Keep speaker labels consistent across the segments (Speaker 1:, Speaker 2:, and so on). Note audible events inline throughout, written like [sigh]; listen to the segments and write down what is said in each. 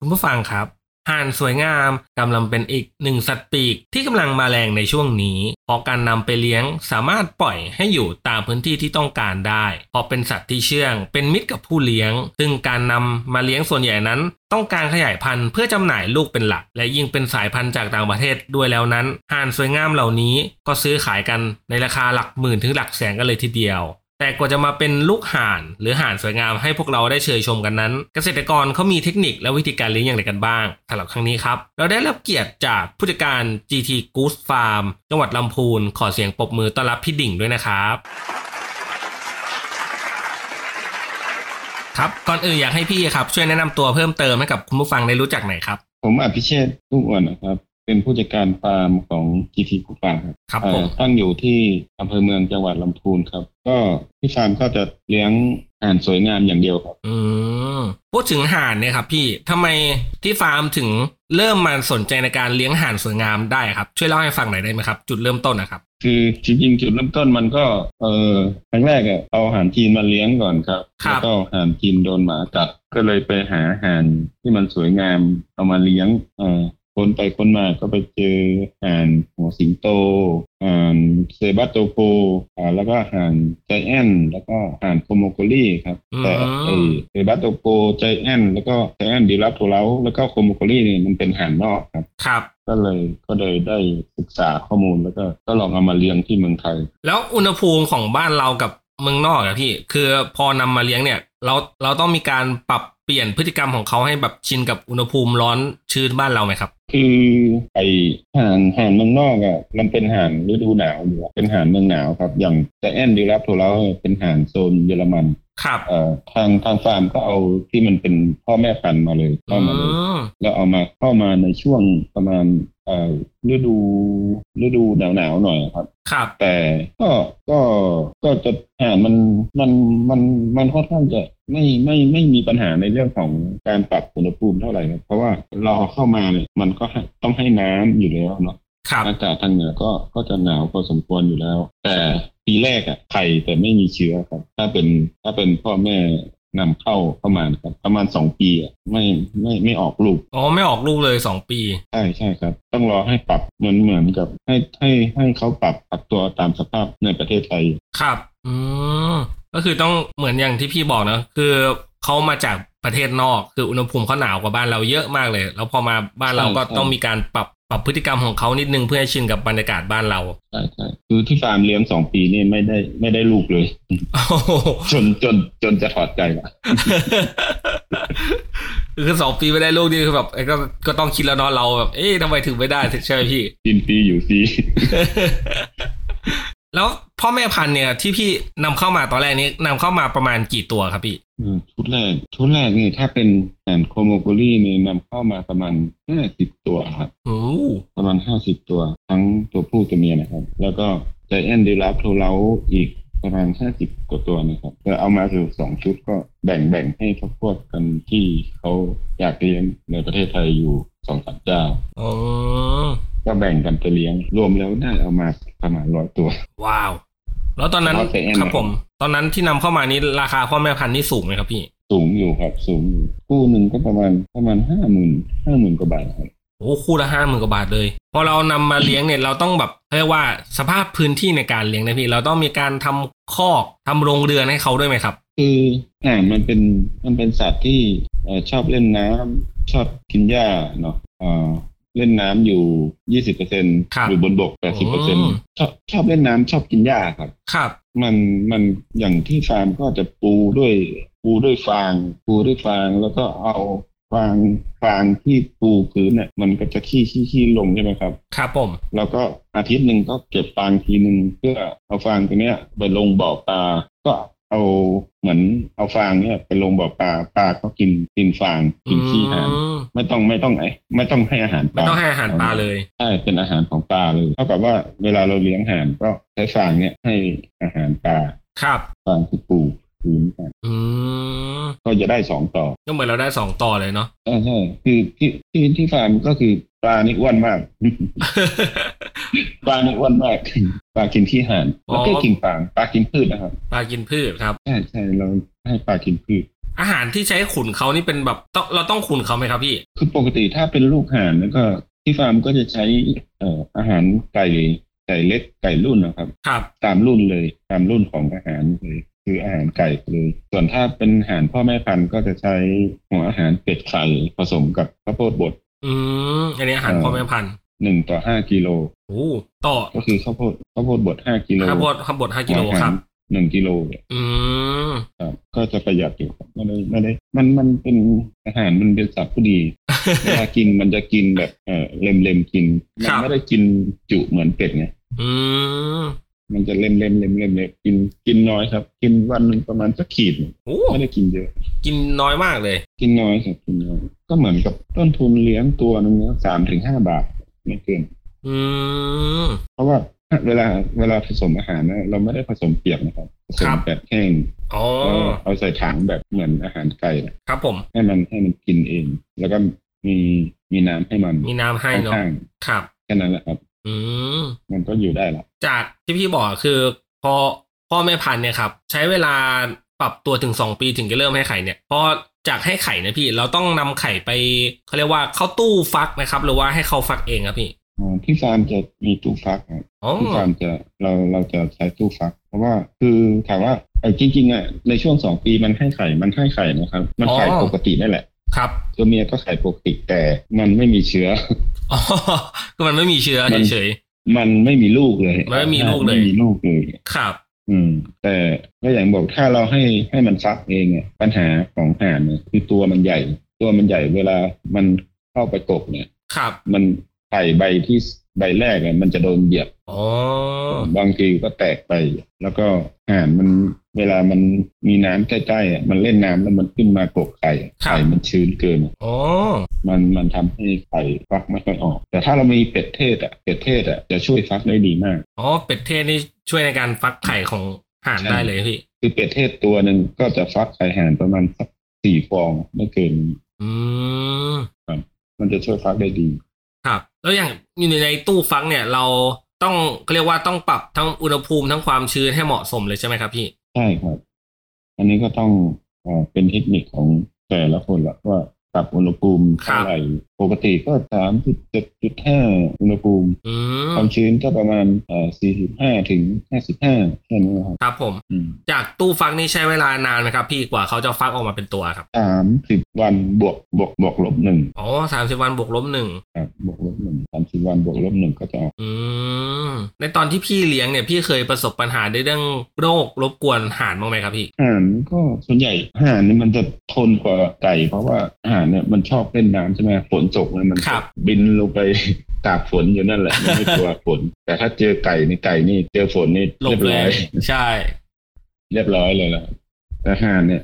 Speaker 1: คุณผู้ฟังครับ ห่านสวยงามกำลังเป็นอีกหนึ่งสัตว์ปีกที่กำลังมาแรงในช่วงนี้เพราะการนำไปเลี้ยงสามารถปล่อยให้อยู่ตามพื้นที่ที่ต้องการได้เพราะเป็นสัตว์ที่เชื่อง เป็นมิตรกับผู้เลี้ยง ซึ่งการนำมาเลี้ยงส่วนใหญ่นั้น ต้องการขยายพันธุ์เพื่อจำหน่ายลูกเป็นหลัก และยิ่งเป็นสายพันธุ์จากต่างประเทศด้วยแล้วนั้นห่านสวยงามเหล่านี้ก็ซื้อขายกันในราคาหลักหมื่นถึงหลักแสนกันเลยทีเดียว แต่กว่าจะมาเป็นลูกห่านหรือห่านสวยงามให้พวกเราได้เชยชมกันนั้น เกษตรกรเขามีเทคนิคและวิธีการเลี้ยงอย่างไรกันบ้างสำหรับครั้งนี้ครับ เราได้รับเกียรติจากผู้จัดการ GT Goose Farm จังหวัดลำพูน ขอเสียงปรบมือต้อนรับพี่ดิ่งด้วยนะครับ ครับก่อนอื่นอยากให้พี่ครับ ช่วยแนะนำตัวเพิ่มเติมให้กับคุณผู้ฟังได้รู้จักหน่อยครับ
Speaker 2: ผมอภิเชษฐ์ลูกอ่อนนะครับ เป็นผู้จัดการฟาร์มของ GT ผู้ฟาร์มครับ
Speaker 1: ครับ
Speaker 2: เอ่
Speaker 1: ผ
Speaker 2: อ
Speaker 1: ม
Speaker 2: ตั้งอยู่ที่อำเภอเมืองจังหวัดลำพูนครับ ก็ที่ฟาร์มก็จะเลี้ยงห่านสวยงามอย่างเดียวครับ
Speaker 1: อืมพูดถึงห่านเนี่ยครับ พี่ทำไมที่ฟาร์มถึงเริ่มมาสนใจในการเลี้ยงห่านสวยงามได้ครับ ช่วยเล่าให้ฟังหน่อยได้ไหมครับ จุดเริ่มต้นนะครับ
Speaker 2: คือจริงๆจุดเริ่มต้นมันก็เออครั้งแรกอะเอาอาหารจีนมาเลี้ยงก่อนครับ
Speaker 1: ครับ
Speaker 2: แล้วก็อาหารจีนโดนหมากัดก็เลยไปหาอาหารที่มันสวยงามเอามาเลี้ยงเออคนไปคนมาก็ไปเจออาหารหัวสิงโตอาหารเซบาโตโกอ่าแล้วก็อาหารไจแอนท์แล้วก็อาหารโคโมโกลี่ครับ
Speaker 1: อื
Speaker 2: แต่ไอ้
Speaker 1: ม
Speaker 2: เอบัตโตโกใจแอนแล้วก็ใจแอนดีรับโทเล้าแล้วก็โคโมโกลี่เนี่ยมันเป็นอาหารนอกครับ
Speaker 1: ครับ
Speaker 2: ก็เลยก็เลยได้ศึกษาข้อมูลแล้วก็ก็ลองเอามาเลี้ยงที่เมืองไทย
Speaker 1: แล้วอุณหภูมิของบ้านเรากับเมืองนอกอะพี่ คือพอนำมาเลี้ยงเนี่ย เราเราต้องมีการปรับเปลี่ยนพฤติกรรมของเขาให้แบบชินกับอุณหภูมิร้อนชื้นบ้านเราไหมครับ
Speaker 2: คือไอห่านห่านเมืองนอกอะ่ะมันเป็นห่านฤดูหนาวอยู่อะเป็นห่านเมืองหนาวครับ อย่างใจแอนดีรับโทเล้าเนี่ยเป็นห่านโซนเยอรมัน
Speaker 1: ครับ
Speaker 2: เอ่อทางทางฟาร์มก็เอาที่มันเป็นพ่อแม่พันธุ์มาเลยเข้า
Speaker 1: อื
Speaker 2: มาเลย
Speaker 1: ม
Speaker 2: แล้วเอามาเข้ามาในช่วงประมาณเอ่อฤดูฤดูหนาวหนาวๆหน่อยครับ
Speaker 1: ครับ
Speaker 2: แต่ก็ก็ก็จะอ่ามันมันมันมันค่อนข้างจะไม่ไม่ไม่มีปัญหาในเรื่องของการปรับอุณหภูมิเท่าไหร่ครับเพราะว่าเราเอาเข้ามาเนี่ยมันก็ให้ต้องให้น้ำอยู่แล้วเนาะ
Speaker 1: ครับ
Speaker 2: อากาศทางเหนือก็ก็จะหนาวพอสมควรอยู่แล้ว แต่ปีแรกอะไข่แต่ไม่มีเชื้อครับ ถ้าเป็นถ้าเป็นพ่อแม่นำเข้าเข้ามานะครับประมาณสองปีอะไม่ไม่ไม่ออกลูก
Speaker 1: อ๋อไม่ออกลูกเลยสองปี
Speaker 2: ใช่ใช่ครับ ต้องรอให้ปรับเหมือนเหมือนกับ ให้ให้ให้เขาปรับปรับตัวตามสภาพในประเทศไทย
Speaker 1: ครับ อืม ก็คือต้องเหมือนอย่างที่พี่บอกนะ คือเขามาจากประเทศนอก คืออุณหภูมิเขาหนาวกว่าบ้านเราเยอะมากเลย แล้วพอมาบ้านเราก็
Speaker 2: ใช่
Speaker 1: ต้องมีการปรับปรับพฤติกรรมของเขานิดนึงเพื่อให้ชินกับบรรยากาศบ้านเรา [laughs]
Speaker 2: ใช่ใช่คือที่ฟาร์มเลี้ยงสองปีนี่ไม่ได้ไม่ได้ลูกเลย [laughs]
Speaker 1: โอ้โห
Speaker 2: จนจนจนจะถอดใจละ
Speaker 1: คือสองปีไม่ได้ลูกนี่คือแบบเอ้ยก็ก็ต้องคิดแล้วเนาะเราแบบเอ๊ะทำไมถึงไม่ได้ใช่ไหม
Speaker 2: [laughs]
Speaker 1: พี่
Speaker 2: กินปีอยู่ซี
Speaker 1: แล้วพ่อแม่พันธุ์เนี่ยที่พี่นำเข้ามาตอนแรกนี้นำเข้ามาประมาณกี่ตัวครับพี่
Speaker 2: อืมชุดแรกชุดแรกนี่ถ้าเป็นแอนโคโมโกลี่นี่นำเข้ามาประมาณห้าสิบตัวครับ
Speaker 1: โอ้
Speaker 2: ประมาณห้าสิบตัว ทั้งตัวผู้ตัวเมียนะครับ แล้วก็ไจแอนดีรับโทเลาอีกประมาณห้าสิบกว่าตัวนะครับแล้วเอามาอยู่สองชุดก็แบ่งแบ่งให้พักพวกกันที่เขาอยากเลี้ยงในประเทศไทยอยู่สองสามเจ้า
Speaker 1: โอ้
Speaker 2: ก็แบ่งกันไปเลี้ยง รวมแล้วได้เอามาประมาณร้อยตัว
Speaker 1: ว้าว แล้วตอนนั้น
Speaker 2: เพราะ KM
Speaker 1: ครับผม ตอนนั้นที่นำเข้ามานี้ราคาพ่อแม่พันธุ์นี่สูงไหมครับพี่
Speaker 2: สูงอยู่ครับ สูงอยู่คู่หนึ่งก็ประมาณประมาณห้าหมื่นห้าหมื่นกว่าบาทครับ
Speaker 1: โอ้คู่ละห้าหมื่นกว่าบาทเลย พอเรานำมาเลี้ยงเนี่ยเราต้องแบบเรียกว่าสภาพพื้นที่ในการเลี้ยงนะพี่ เราต้องมีการทำคอกทำโรงเรือนให้เขาด้วยไหมครับ
Speaker 2: คืออ่านมันเป็นมันเป็นสัตว์ที่เอ่อชอบเล่นน้ำชอบกินหญ้าเนาะเอ่อเล่นน้ำอยู่ยี่สิบเปอร์เซ็นต์
Speaker 1: ครับ
Speaker 2: อยู่บนบกแปดสิบเปอร์เซ็นต์
Speaker 1: ม
Speaker 2: ชอบชอบเล่นน้ำชอบกินหญ้าครับ
Speaker 1: ครับ
Speaker 2: มันมันอย่างที่ฟาร์มก็จะปูด้วยปูด้วยฟาง ปูด้วยฟางแล้วก็เอา ฟางฟางที่ปูพื้นเนี่ยมันก็จะขี้ขี้ขี้ลงใช่ไหมครับ
Speaker 1: ครับผม
Speaker 2: แล้วก็อาทิตย์หนึ่งก็เก็บฟางทีหนึ่งเพื่อเอาฟางตัวเนี้ยไปลงบ่อปลาก็เอาเหมือนเอาฟางเนี่ยไปลงบ่อปลาปลาก็กินกินฟางกินขี้หาน
Speaker 1: อืม
Speaker 2: ไม่ต้องไม่ต้องไอไม่ต้องให้อาหารป
Speaker 1: ไม่
Speaker 2: ลา
Speaker 1: ต้องให้อาหารปลาเลย
Speaker 2: ใช่เป็นอาหารของปลาเลยเท่ากับว่าเวลาเราเลี้ยงห่านก็ใช้ฟางเนี่ยให้อาหารปลา
Speaker 1: ครับ
Speaker 2: ฟางที่ปลูกพื้นกัน
Speaker 1: อืม
Speaker 2: ก็จะได้สองต่อ
Speaker 1: ก็เหมือนเราได้สองต่อเลยเนาะ [laughs]
Speaker 2: เออใช่คือที่ที่ที่ฟาร์มก็คือปลานี่อ้ [laughs] วนมาก ปลานี่อ้วนมาก ปลากินที่ห่าน
Speaker 1: อ๋อ
Speaker 2: แล้วก็กินปลาปลากินพืชนะครับ
Speaker 1: ปลากินพืชครับ
Speaker 2: ใช่ใช่เราให้ปลากินพืช
Speaker 1: อาหารที่ใช้ขุนเขานี่เป็นแบบต้องเราต้องขุนเขาไหมครับพี่
Speaker 2: คือปกติถ้าเป็นลูกห่านแล้วก็ที่ฟาร์มก็จะใช้เอ่ออาหารไก่ไก่เล็กไก่รุ่นนะครับ
Speaker 1: ครับ
Speaker 2: ตามรุ่นเลยตามรุ่นของอาหารเลยคืออาหารไก่เลย ส่วนถ้าเป็นอาหารพ่อแม่พันธุ์ก็จะใช้หัวอาหารเป็ดไข่ผสมกับข้าวโพดบด
Speaker 1: อืมอันนี้อาหารพ่อแม่พันธุ์
Speaker 2: หนึ่งต่อห้ากิโล
Speaker 1: โอ้ต่อ
Speaker 2: ก็คือข้าวโพดข้าวโพดบดห้ากิโล
Speaker 1: ข้าวบดข้าวบดห้ากิโลครับ
Speaker 2: หนึ่งกิโลเนี่ย
Speaker 1: อืม [laughs]
Speaker 2: ครับ ก็จะประหยัดอยู่ครับไม่ได้ไม่ได้มันมันเป็นอาหารมันเป็นสัตว์ผู้ดี เวลากินมันจะกินแบบเออเล็มเล็มๆกินมั
Speaker 1: ครับ
Speaker 2: ไม่ได้กินจุเหมือนเป็ดไง
Speaker 1: อืม
Speaker 2: มันจะเล็มเล็มเล็มเล็มเล็มกินกินน้อยครับ กินวันหนึ่งประมาณสักขีดหนึ่ง
Speaker 1: โอ้
Speaker 2: ไม่ได้กินเยอะ
Speaker 1: กินน้อยมากเลย
Speaker 2: กินน้อยครับกินน้อยก็เหมือนกับต้นทุนเลี้ยงตัวหนึงเนี่ยสามถึงห้าบาทไม่เกิน
Speaker 1: อืม
Speaker 2: เพราะว่าเวลาเวลาผสมอาหารนะเราไม่ได้ผสมเปียกนะครับผส
Speaker 1: ค
Speaker 2: ม
Speaker 1: รับ
Speaker 2: แบบแห้ง
Speaker 1: อ๋อ
Speaker 2: แล้วเอาใส่ถังแบบเหมือนอาหารไก่นะ
Speaker 1: ครับผม
Speaker 2: ให้มันให้มันกินเอง แล้วก็มีมีน้ำให้มัน
Speaker 1: มีน้ำให้เนาะ
Speaker 2: ข้าง
Speaker 1: ครับ
Speaker 2: ๆแค่นั้นแหละครับ
Speaker 1: อืม
Speaker 2: มันก็อยู่ได้ละ
Speaker 1: จากที่พี่บอกคือพอพ่อแม่พันธุ์เนี่ยครับ ใช้เวลาปรับตัวถึงสองปีถึงจะเริ่มให้ไข่เนี่ยพอจากให้ไข่นะพี่เราต้องนำไข่ไปเขาเรียกว่าเข้าตู้ฟักนะครับ หรือว่าให้เขาฟักเองครับพี่
Speaker 2: อ่าที่ฟาร์มจะมีตู้ฟักครับ
Speaker 1: อ๋อ
Speaker 2: ที่ฟาร์มจะเราเราจะใช้ตู้ฟัก เพราะว่าคือถามว่าเออจริงๆอ่ะในช่วงสองปีมันให้ไข่มันให้ไข่นะครับ มันไข่ปกตินั่นแหละ
Speaker 1: ครับ
Speaker 2: ตัวเมียก็ไข่ปกติแต่มันไม่มีเชื้อ [laughs]
Speaker 1: อ๋ [laughs] อก็มันไม่มีเชื้อ
Speaker 2: มัน
Speaker 1: เฉย
Speaker 2: มันไม่มีลูกเลย
Speaker 1: มันไม่มีลูกเลย
Speaker 2: ไม่มีลูกเลย
Speaker 1: ๆครับ
Speaker 2: อืม แต่ก็อย่างบอกถ้าเราให้ให้มันฟักเองเนี่ยปัญหาของห่านเนี่ยคือตัวมันใหญ่ ตัวมันใหญ่เวลามันเข้าไปกบเนี่ย
Speaker 1: ครับ
Speaker 2: มันไข่ใบที่ใบแรกเนี่ยมันจะโดนเหยียบ
Speaker 1: อ๋อบ
Speaker 2: างทีก็แตกไป แล้วก็ห่านมันเวลามันมีน้ำใกล้ๆอ่ะมันเล่นน้ำแล้วมันขึ้นมากบไข่ไข่มันชื้นเกิน
Speaker 1: อ๋อ
Speaker 2: มันมันทำให้ไข่ฟักไม่ค่อยออก แต่ถ้าเรามีเป็ดเทศอ่ะเป็ดเทศอ่ะจะช่วยฟักได้ดีมาก
Speaker 1: อ๋อเป็ดเทศนี่ช่วยในการฟักไข่ของห่าน
Speaker 2: ใช่
Speaker 1: ได้เลยพี่
Speaker 2: คือเป็ดเทศตัวหนึ่งก็จะฟักไข่ห่านประมาณสักสี่ฟองไม่เกิน
Speaker 1: อืม
Speaker 2: มันจะช่วยฟักได้ดี
Speaker 1: ครับ แล้วอย่างอยู่ในตู้ฟักเนี่ยเราต้องเขาเรียกว่าต้องปรับทั้งอุณหภูมิทั้งความชื้นให้เหมาะสมเลยใช่ไหมครับพี่
Speaker 2: ใช่ครับ อันนี้ก็ต้องเอ่อเป็นเทคนิคของแต่ละคนละว่าปรับอุณหภูมิ
Speaker 1: ครับ
Speaker 2: เท่าไหร่ ปกติก็สามจุดเจ็ดจุดห้าอุณหภูมิ
Speaker 1: อืม
Speaker 2: ความชื้นก็ประมาณสี่สิบห้าถึงห้าสิบห้าแค่นี้นะครับ
Speaker 1: ครับผมจากตู้ฟักนี่ใช้เวลานานไหมครับ พี่กว่าเขาจะฟักออกมาเป็นตัวครับ
Speaker 2: สามสิบวันบวกบวกบวกลบหนึ่ง
Speaker 1: อ๋อสามสิบวันบวกลบหนึ่ง
Speaker 2: ครับบวกลบหนึ่งสามสิบวันบวกลบหนึ่งก็จะออก
Speaker 1: อืมในตอนที่พี่เลี้ยงเนี่ยพี่เคยประสบปัญหาในเรื่องโรครบกวนห่านบ้างไหมครับพี่
Speaker 2: ห่านก็ส่วนใหญ่ห่านนี่มันจะทนกว่าไก่ เพราะว่าห่านเนี่ยมันชอบเล่นน้ำใช่ไหมฝนตกเนี่ยมัน
Speaker 1: ครับ
Speaker 2: บินลงไป [laughs] ตากฝนอยู่นั่นแหละมันไม่กลัวฝน แต่ถ้าเจอไก่นี่ไก่นี่เจอฝนนี่
Speaker 1: หล
Speaker 2: เรี
Speaker 1: บ
Speaker 2: ยบ
Speaker 1: เล
Speaker 2: ร้อย ย
Speaker 1: ใช่
Speaker 2: เรียบร้อยเลยละแต่ห่านเนี่ย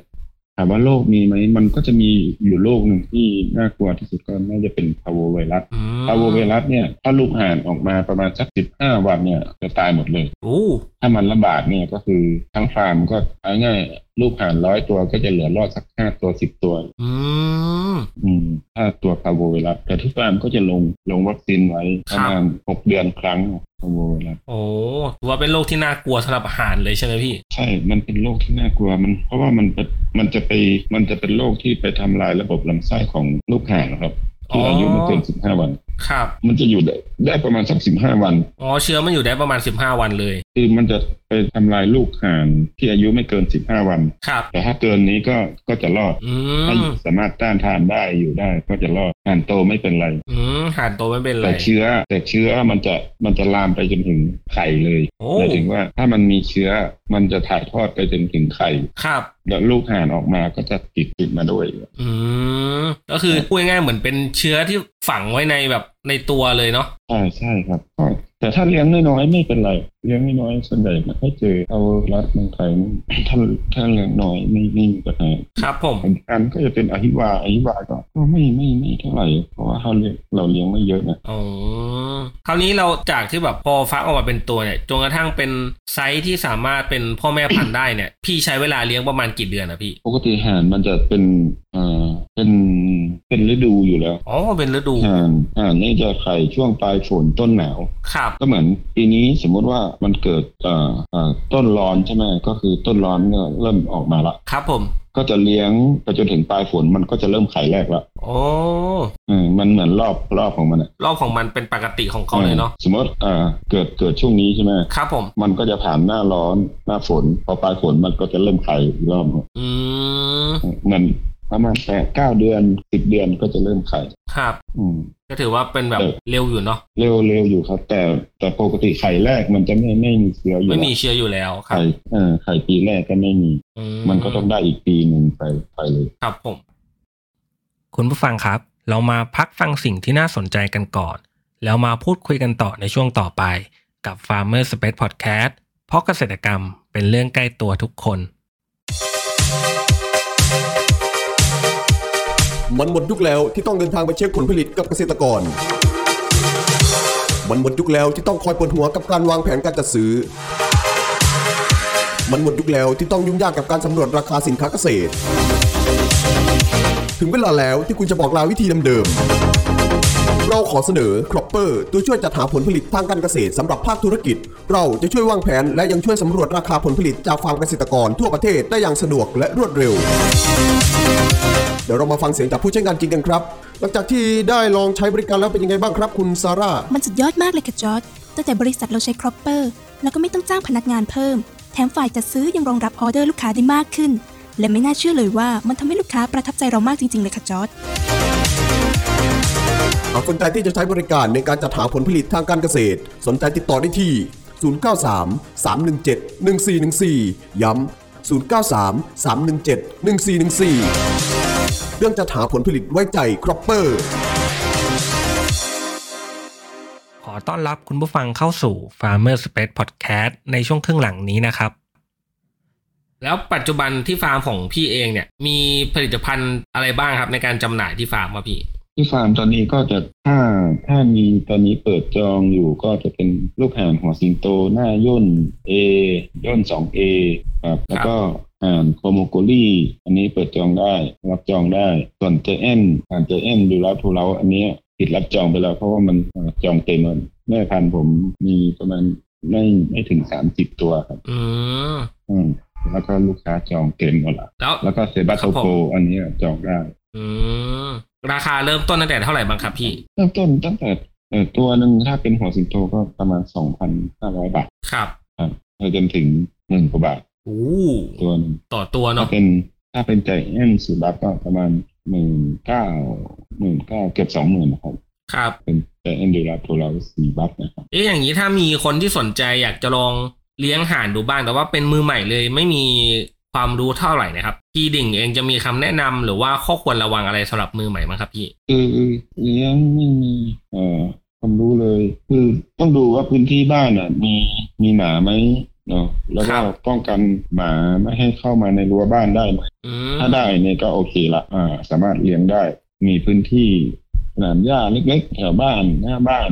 Speaker 2: ถามว่าโรคมีไหม มันก็จะมีอยู่โรคหนึ่งที่น่ากลัวที่สุดก็น่าจะเป็นพาโวไวรัส
Speaker 1: อืม
Speaker 2: พาโวไวรัสเนี่ย ถ้าลูกห่านออกมาประมาณสักสิบห้าวันเนี่ยจะตายหมดเลย
Speaker 1: โอ้
Speaker 2: ถ้ามันระบาดเนี่ยก็คือทั้งฟาร์มก็เอาง่ายๆลูกห่านร้อยตัวก็จะเหลือรอดสักห้าตัวสิบตัว
Speaker 1: อืม
Speaker 2: อืมถ้าตัวพาโวไวรัสแต่ที่ฟาร์มก็จะลงลงวัคซีนไว้ประมาณหกเดือนครั้งพาโวไวรัส
Speaker 1: โอ้ถือว่าเป็นโรคที่น่ากลัวสำหรับห่านเลยใช่ไหมพี่
Speaker 2: ใช่ มันเป็นโรคที่น่ากลัว มัน เพราะว่ามันเป็นมันจะไป มันจะเป็นโรคที่ไปทำลายระบบลำไส้ของลูกห่างครับ
Speaker 1: อ๋อ
Speaker 2: ที่
Speaker 1: อ
Speaker 2: อายุไม่เกินสิบห้าวัน
Speaker 1: ครับ
Speaker 2: มันจะอยู่ได้ได้ประมาณสักสิบห้าวัน
Speaker 1: อ๋อเชื้อมันอยู่ได้ประมาณสิบห้าวันเลย
Speaker 2: คือมันจะไปทำลายลูกห่านที่อายุไม่เกินสิบห้าวัน
Speaker 1: ครับ
Speaker 2: แต่ถ้าเกินนี้ก็ก็จะรอด
Speaker 1: อื
Speaker 2: ถ้าม สามารถต้านทานได้อยู่ได้ ก็จะรอดห่านโตไม่เป็นไร
Speaker 1: อืมห่านโตไม่เป็นไร
Speaker 2: แต่เชื้อแต่เชื้อมันจะมันจะลามไปจนถึงไข่เลย
Speaker 1: โอ้
Speaker 2: หมายถึงว่าถ้ามันมีเชื้อมันจะถ่ายทอดไปจนถึงไข่
Speaker 1: ครับ
Speaker 2: แล้วลูกห่านออกมาก็จะติดติดมาด้วย
Speaker 1: อืมก็คือพูดง่ายๆเหมือนเป็นเชื้อที่ฝังไว้ในแบบในตัวเลยเนาะ
Speaker 2: ใช่ใช่ครับก็แต่ถ้าเลี้ยงน้อยๆไม่เป็นไร เลี้ยงน้อยๆส่วนใหญ่ไมันก็เจอเอารัดเมืองไทย [coughs] ถ้าถ้าเลี้ยงน้อยไม่ไม่มีปัญหา
Speaker 1: ครับ ผม
Speaker 2: อันอันก็จะเป็นอหิวาอหิวาก็ก็ไม่ไม่ไม่เท่าไหร่ เพราะว่าเราเลี้ยงเราเลี้ยงไม่เยอะนะ
Speaker 1: อ๋อคราวนี้เราจากที่แบบพอฟักออกมาเป็นตัวเนี่ยจนกระทั่งเป็นไซส์ที่สามารถเป็นพ่อแม่พันธุ์ได้เนี่ย พี่ใช้เวลาเลี้ยงประมาณกี่เดือนนะพี่
Speaker 2: ปกติห่านมันจะเป็นเอ่อเป็นเป็นฤดูอยู่แล้ว
Speaker 1: อ๋อเป็นฤดู
Speaker 2: ห่านห่านนี่จะไข่ช่วงปลายฝนต้นหนาว
Speaker 1: ครับ
Speaker 2: ก็เหมือนปีนี้สมมุติว่ามันเกิดเอ่อเอ่อต้นร้อนใช่ไหมก็คือต้นร้อนก็เริ่มออกมาละ
Speaker 1: ครับผม
Speaker 2: ก็จะเลี้ยงไปจนถึงปลายฝนมันก็จะเริ่มไข่แรกละ
Speaker 1: โอ้
Speaker 2: อืมมันเหมือนรอบรอบของมันอะ
Speaker 1: รอบของมันเป็นปกติของเขาเลยเนาะ
Speaker 2: ออสมมติอ่าเกิดเกิดช่วงนี้ใช่ไหม
Speaker 1: ครับผม
Speaker 2: มันก็จะผ่านหน้าร้อนหน้าฝน พอปลายฝนมันก็จะเริ่มไข่อีกรอบ
Speaker 1: อืม
Speaker 2: มันประมาณแปดเก้าเดือนสิบเดือนก็จะเริ่มไข่
Speaker 1: ครับ
Speaker 2: อืม
Speaker 1: ก็ถือว่าเป็นแบบ
Speaker 2: เออ
Speaker 1: เร็วอยู่เนาะ
Speaker 2: เร็วเร็วอยู่ครับ แต่แต่ปกติไข่แรกมันจะไม่ไม่มีเชื้ออยู่
Speaker 1: ไม่
Speaker 2: แล้ว
Speaker 1: มีเชื้ออยู่แล้วครับ
Speaker 2: ไข่เออไข่ปีแรกก็ไม่มี
Speaker 1: อื
Speaker 2: มันก็ต้องได้อีกปีหนึ่งไปไปเลย
Speaker 1: ครับผม คุณผู้ฟังครับ เรามาพักฟังสิ่งที่น่าสนใจกันก่อน แล้วมาพูดคุยกันต่อในช่วงต่อไป กับ Farmer Space Podcast เพราะเกษตรกรรมเป็นเรื่องใกล้ตัวทุกคน
Speaker 3: มันหมดยุคแล้วที่ต้องเดินทางไปเช็คผลผลิตกับเกษตรกร มันหมดยุคแล้วที่ต้องคอยปวดหัวกับการวางแผนการจัดซื้อ มันหมดยุคแล้วที่ต้องยุ่งยากกับการสำรวจราคาสินค้าเกษตร ถึงเวลาแล้วที่คุณจะบอกลาวิธีเดิมๆ เราขอเสนอครอปเปอร์ตัวช่วยจัดหาผลผลิตทางการเกษตรสำหรับภาคธุรกิจ เราจะช่วยวางแผนและยังช่วยสำรวจราคาผลผลิตจากฟาร์มเกษตรกรทั่วประเทศได้อย่างสะดวกและรวดเร็ว เดี๋ยวเรามาฟังเสียงจากผู้ใช้งานจริงกันครับ หลังจากที่ได้ลองใช้บริการแล้วเป็นยังไงบ้างครับ คุณซาร่า
Speaker 4: มันสุดยอดมากเลยค่ะจอร์ดตั้งแต่บริษัทเราใช้ครอปเปอร์แล้วก็ไม่ต้องจ้างพนักงานเพิ่ม แถมฝ่ายจัดซื้อยังรองรับออเดอร์ลูกค้าได้มากขึ้น และไม่น่าเชื่อเลยว่ามันทำให้ลูกค้าประทับใจเรามากจริงๆเลยค่ะจอร์ด
Speaker 3: หากสนใจที่จะใช้บริการในการจัดหาผลผลิตทางการเกษตร สนใจติดต่อได้ที่ 093 317 1414 ย้ำ 093 317 1414 เรื่องจัดหาผลผลิตไว้ใจครอปเปอร์
Speaker 1: ขอต้อนรับคุณผู้ฟังเข้าสู่ Farmer Space Podcast ในช่วงครึ่งหลังนี้นะครับ แล้วปัจจุบันที่ฟาร์มของพี่เองเนี่ย มีผลิตภัณฑ์อะไรบ้างครับ ในการจำหน่ายที่ฟาร์มครับพี่
Speaker 2: ที่ฟาร์มตอนนี้ก็จะถ้าถ้ามีตอนนี้เปิดจองอยู่ก็จะเป็นลูกห่านหัวสิงโตหน้าย่น A ย่น 2A ครับแล้วก็ห่านโคโมโกลี่อันนี้เปิดจองได้ รับจองได้ ส่วนเจเอ็นห่านเจเอ็นดูแล้วทูแล้วอันนี้ปิดรับจองไปแล้ว เพราะว่ามันเอ่อจองเต็มแล้วแม่พันธุ์ผมมีประมาณไม่ไม่ถึงสามสิบตัวครับ
Speaker 1: อืม
Speaker 2: อืมแล้วก็ลูกค้าจองเต็มหมดละ
Speaker 1: แล้ว
Speaker 2: แล้วก็เซบาโตโกอันนี้จองได้
Speaker 1: อืม ราคาเริ่มต้นตั้งแต่เท่าไหร่บ้างครับพี่
Speaker 2: เริ่มต้นตั้งแต่เอ่อตัวหนึ่งถ้าเป็นหัวสิงโตก็ประมาณสองพันห้าร้อยบาท
Speaker 1: ครับ
Speaker 2: ไปจนถึงหมื่นกว่าบาท
Speaker 1: โอ้
Speaker 2: ตัวหนึ่ง
Speaker 1: ต่อตัว
Speaker 2: ถ้า
Speaker 1: เนาะ
Speaker 2: เป็นถ้าเป็นใจแอนสุรับก็ประมาณหมื่นเก้าหมื่นเก้าเกือบสองหมื่นะครับ
Speaker 1: ครับ
Speaker 2: เป็นใจแอนดูรับตัวเราสี่บัฟนะครับ
Speaker 1: เอ๊ะอย่างนี้ถ้ามีคนที่สนใจอยากจะลองเลี้ยงห่านดูบ้าง แต่ว่าเป็นมือใหม่เลย ไม่มีความรู้เท่าไหร่นะครับ พี่ดิ่งเองจะมีคำแนะนำหรือว่าข้อควรระวังอะไรสำหรับมือใหม่บ้างครับพี่
Speaker 2: คือเลี้ยงไม่มีเอ่อความรู้เลย คือต้องดูว่าพื้นที่บ้านอ่ะ มีมีหมาไหมเนาะแล้วก็
Speaker 1: ครับ
Speaker 2: ป้องกันหมาไม่ให้เข้ามาในรั้วบ้านได้ไหม
Speaker 1: อืม
Speaker 2: ถ้าได้เนี่ยก็โอเคละอ่า สามารถเลี้ยงได้ มีพื้นที่สนามหญ้าเล็กๆแถวบ้านหน้าบ้าน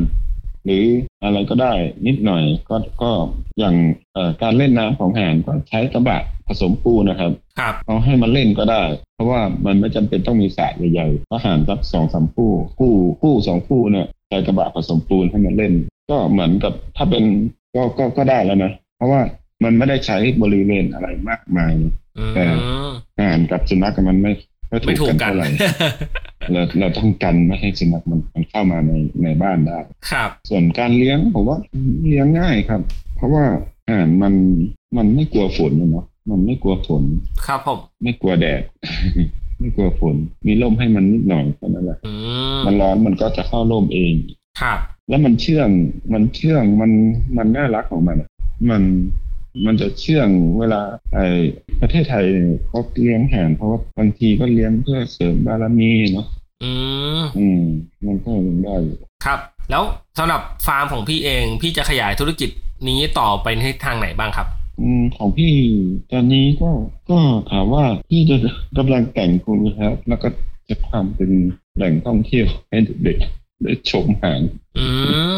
Speaker 2: หรืออะไรก็ได้นิดหน่อย ก็ก็อย่างเอ่อการเล่นน้ำของห่านก็ใช้กระบะผสมปูนนะครับ
Speaker 1: ครับ
Speaker 2: เอาให้มันเล่นก็ได้ เพราะว่ามันไม่จำเป็นต้องมีสระใหญ่ๆก็ห่านสักสองสามคู่ คู่คู่สองคู่เนี่ยใช้กระบะผสมปูนให้มันเล่น ก็เหมือนกับถ้าเป็นก็ก็ก็ได้แล้วนะเพราะว่ามันไม่ได้ใช้บริเวณอะไรมากมาย
Speaker 1: อื
Speaker 2: แต่
Speaker 1: ม
Speaker 2: อาหารกับสุนัขมันไม่ไม่
Speaker 1: ไม่
Speaker 2: ถู
Speaker 1: ถู
Speaker 2: ก
Speaker 1: ก
Speaker 2: กั
Speaker 1: กัน น
Speaker 2: เท่าไหร่ เราเราต้องกันไม่ให้สุนัขมันมันเข้ามาในในบ้านได้
Speaker 1: [laughs] ครับ
Speaker 2: ส่วนการเลี้ยงผมว่าเลี้ยงง่ายครับ เพราะว่า ห่านมันมันไม่กลัวฝนนะเนาะมันไม่กลัวฝน
Speaker 1: ครับผม
Speaker 2: ไม่กลัวแด [laughs] ด ไม่กลัวฝน มีร่มให้มันนิดหน่อยเท่านั้นแหละ
Speaker 1: อืม
Speaker 2: มันร้อนมันก็จะเข้าร่มเอง
Speaker 1: ครับ
Speaker 2: แล้วมันเชื่อง มันเชื่อง มัน มันน่ารักของมันอะมัน มันจะเชื่องเวลา ไอประเทศไทยเขาเลี้ยงห่านเพราะว่าบางทีก็เลี้ยงเพื่อเสริมบารมีเนาะ
Speaker 1: อืม
Speaker 2: อืม มันก็เลี้ยงได้อยู่
Speaker 1: ครับ แล้วสำหรับฟาร์มของพี่เองพี่จะขยายธุรกิจนี้ต่อไปในทางไหนบ้างครับ
Speaker 2: อืม ของพี่ตอนนี้ก็ ก็ถามว่าพี่จะกำลังแต่งคุณครับ แล้วก็จะทำเป็นแหล่งท่องเที่ยวให้เด็กๆได้ชมห่าน
Speaker 1: อื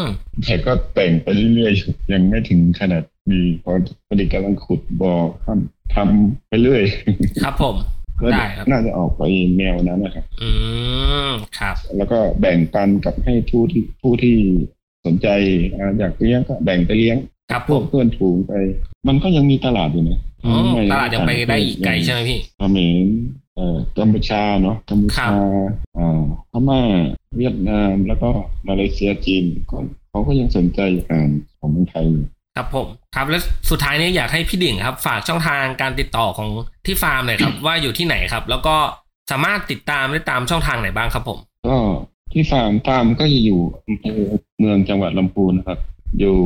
Speaker 1: ม
Speaker 2: แต่ก็แต่งไปเรื่อยๆอยู่ยังไม่ถึงขนาดมีพอพอดีกำลังขุดบอ่อทำทำไปเรื่อย
Speaker 1: ครับผม
Speaker 2: ก็
Speaker 1: ได้ครับ
Speaker 2: [laughs] น่าจะออกไปแนวนั้นนะครับ
Speaker 1: อืมครับ
Speaker 2: แล้วก็แบ่งปันกับให้ผู้ที่ผู้ที่สนใจอ่าอยากเลี้ยงก็แบ่งไปเลี้ยง
Speaker 1: ครับ
Speaker 2: พ
Speaker 1: ผ
Speaker 2: วก
Speaker 1: ม
Speaker 2: เพื่อนฝูงไป มันก็ยังมีตลาดอยู่นะ
Speaker 1: อ๋อตลาดยังไปได้อีกไกลใช่ไหมพี่
Speaker 2: เขมรเอ่อกัมพูชาเนาะกัมพู
Speaker 1: ครั
Speaker 2: ชา
Speaker 1: บ
Speaker 2: อ่าพม่าเวียดนามแล้วก็มาเลเซียจีนก็เขาก็ยังสนใจอ่านของเมืองไทยอยู่
Speaker 1: ครับผมครับแล้วสุดท้ายนี้อยากให้พี่ดิ่งครับ ฝากช่องทางการติดต่อของที่ฟาร์มหน่อยครับ ว่าอยู่ที่ไหนครับ แล้วก็สามารถติดตามได้ตามช่องทางไหนบ้างครับผม
Speaker 2: ก็ที่ฟาร์มฟาร์มก็จะอยู่อำเภอเมืองจังหวัดลำพูนนะครับ อยู่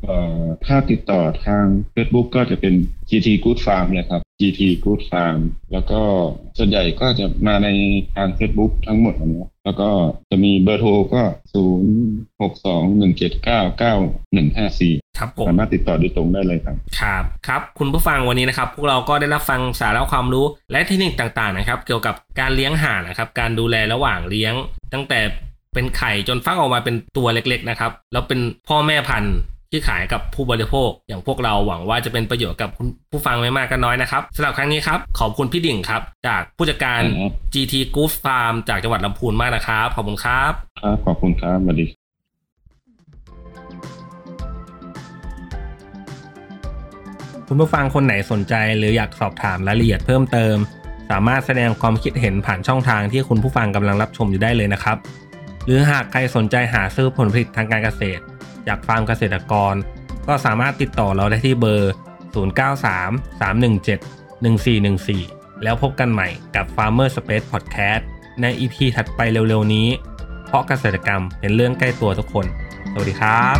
Speaker 2: เอ่อถ้าติดต่อทาง Facebook ก็จะเป็น GT Good Farm เลยครับ GT Good Farm แล้วก็ส่วนใหญ่ก็จะมาในทาง Facebook ทั้งหมดนะแล้วก็จะมีเบอร์โทรก็ 0 6 2 1 7 9 9 1 5
Speaker 1: ครับผม
Speaker 2: 4สามารถติดต่อโดยตรงได้เลยครับ
Speaker 1: ครับครับคุณผู้ฟังวันนี้นะครับ พวกเราก็ได้รับฟังสาระความรู้และเทคนิคต่างๆนะครับ เกี่ยวกับการเลี้ยงห่านนะครับ การดูแลระหว่างเลี้ยง ตั้งแต่เป็นไข่จนฟักออกมาเป็นตัวเล็กๆนะครับแล้วเป็นพ่อแม่พันธุ์ที่ขายกับผู้บริโภค อย่างพวกเราหวังว่าจะเป็นประโยชน์กับคุณผู้ฟังไม่มากก็น้อยนะครับสำหรับครั้งนี้ครับขอบคุณพี่ดิ่งครับ จากผู้จัดการ
Speaker 2: ครับ
Speaker 1: GT Goose Farm จากจังหวัดลำพูนมากนะครับขอบคุณครับ
Speaker 2: ครับขอบคุณครับสวัสดีครับ
Speaker 1: คุณผู้ฟังคนไหนสนใจหรืออยากสอบถามรายละเอียดเพิ่มเติม สามารถแสดงความคิดเห็นผ่านช่องทางที่คุณผู้ฟังกำลังรับชมอยู่ได้เลยนะครับ หรือหากใครสนใจหาซื้อผลผลิตทางการเกษตร จากฟาร์มเกษตรกร ก็สามารถติดต่อเราได้ที่เบอร์ 0933171414 แล้วพบกันใหม่กับ Farmer Space Podcast ใน EP ถัดไปเร็วๆนี้ เพราะเกษตรกรรมเป็นเรื่องใกล้ตัวทุกคน สวัสดีครับ